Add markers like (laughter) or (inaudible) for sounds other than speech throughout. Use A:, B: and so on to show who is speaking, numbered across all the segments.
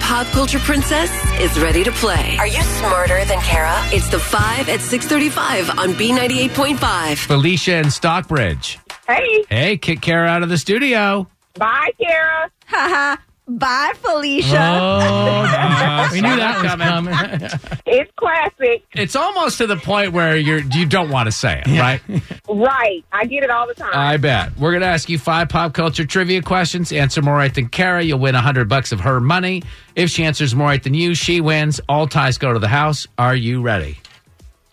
A: pop culture princess is ready to play.
B: Are you smarter than Kara?
A: It's the 5 at 635 on B98.5.
C: Felicia in Stockbridge.
D: Hey,
C: Hey, kick Kara out of the studio.
D: bye, Kara.
E: Haha. Bye,
C: Oh,
E: Felicia. (laughs)
C: gosh.
F: We knew that was coming.
D: It's classic.
C: It's almost to the point where you're you don't want to say it, right?
D: Right. I get it all the time.
C: I bet. We're going to ask you five pop culture trivia questions. Answer more right than Kara, you'll win 100 bucks of her money. If she answers more right than you, she wins. All ties go to the house. Are you ready?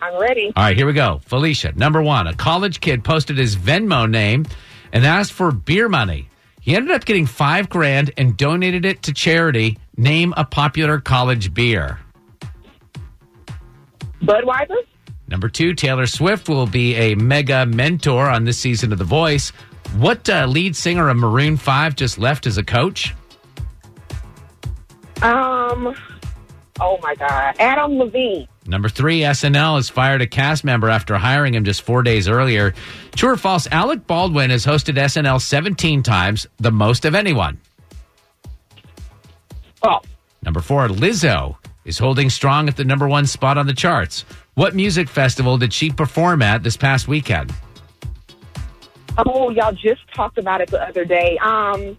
D: I'm ready.
C: All right, here we go. Felicia, number one, a college kid posted his Venmo name and asked for beer money. He ended up getting five grand and donated it to charity. Name a popular college beer.
D: Budweiser?
C: Number two, Taylor Swift will be a mega mentor on this season of The Voice. What uh, lead singer of Maroon 5 just left as a coach?
D: Um, oh my God. Adam Levine.
C: Number three, SNL has fired a cast member after hiring him just four days earlier. True or false, Alec Baldwin has hosted SNL 17 times, the most of anyone.
D: False.
C: Number four, Lizzo is holding strong at the number one spot on the charts. What music festival did she perform at this past weekend?
D: Oh, y'all just talked about it the other day. Um,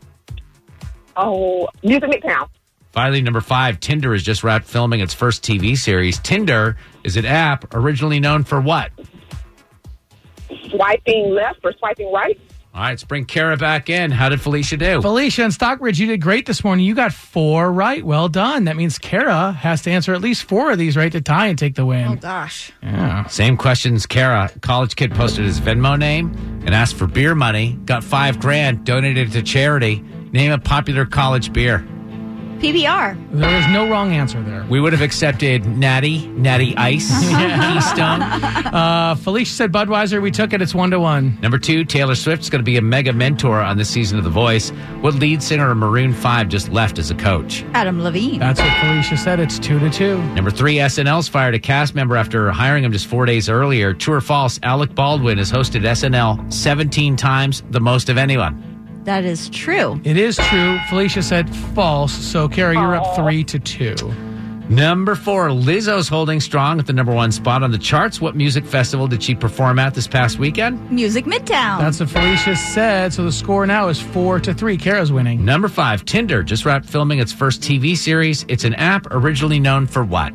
D: oh, Music McTown.
C: Finally, number five, Tinder has just wrapped filming its first TV series. Tinder is an app originally known for what?
D: Swiping left or swiping right?
C: All right, let's bring Kara back in. How did Felicia do?
F: Felicia in Stockbridge, you did great this morning. You got four right. Well done. That means Kara has to answer at least four of these right to tie and take the
E: Oh,
F: win.
E: gosh.
C: Same questions, Kara. College kid posted his Venmo name and asked for beer money, got five grand, donated to charity. Name a popular college beer.
E: PBR.
F: There is no wrong answer there.
C: We would have accepted Natty, Natty Ice, Keystone.
F: Uh, Felicia said Budweiser. We took it. It's one to one.
C: Number two, Taylor Swift's going to be a mega mentor on this season of The Voice. What lead singer of Maroon 5 just left as a coach?
E: Adam Levine.
F: That's what Felicia said. It's two to two.
C: Number three, SNL's fired a cast member after hiring him just four days earlier. True or false, Alec Baldwin has hosted SNL 17 times, the most of anyone.
E: That is true.
F: It is true. Felicia said false. So Kara, you're up three to two.
C: Number four, Lizzo's holding strong at the number one spot on the charts. What music festival did she perform at this past weekend?
E: Music Midtown.
F: That's what Felicia said. So the score now is four to three. Kara's winning.
C: Number five, Tinder just wrapped filming its first TV series. It's an app originally known for what?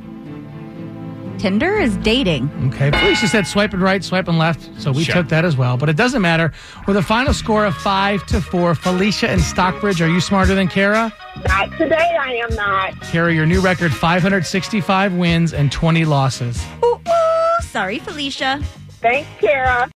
E: Tinder is dating.
F: Okay, Felicia said swiping right, swiping left, so we
C: Sure.
F: took that as well. But it doesn't matter. With a final score of five to four, Felicia and Stockbridge, are you smarter than Kara?
D: Not today, I am not.
F: Kara, your new record: 565 wins and 20 losses.
E: Ooh, ooh. Sorry, Felicia.
D: Thanks, Kara.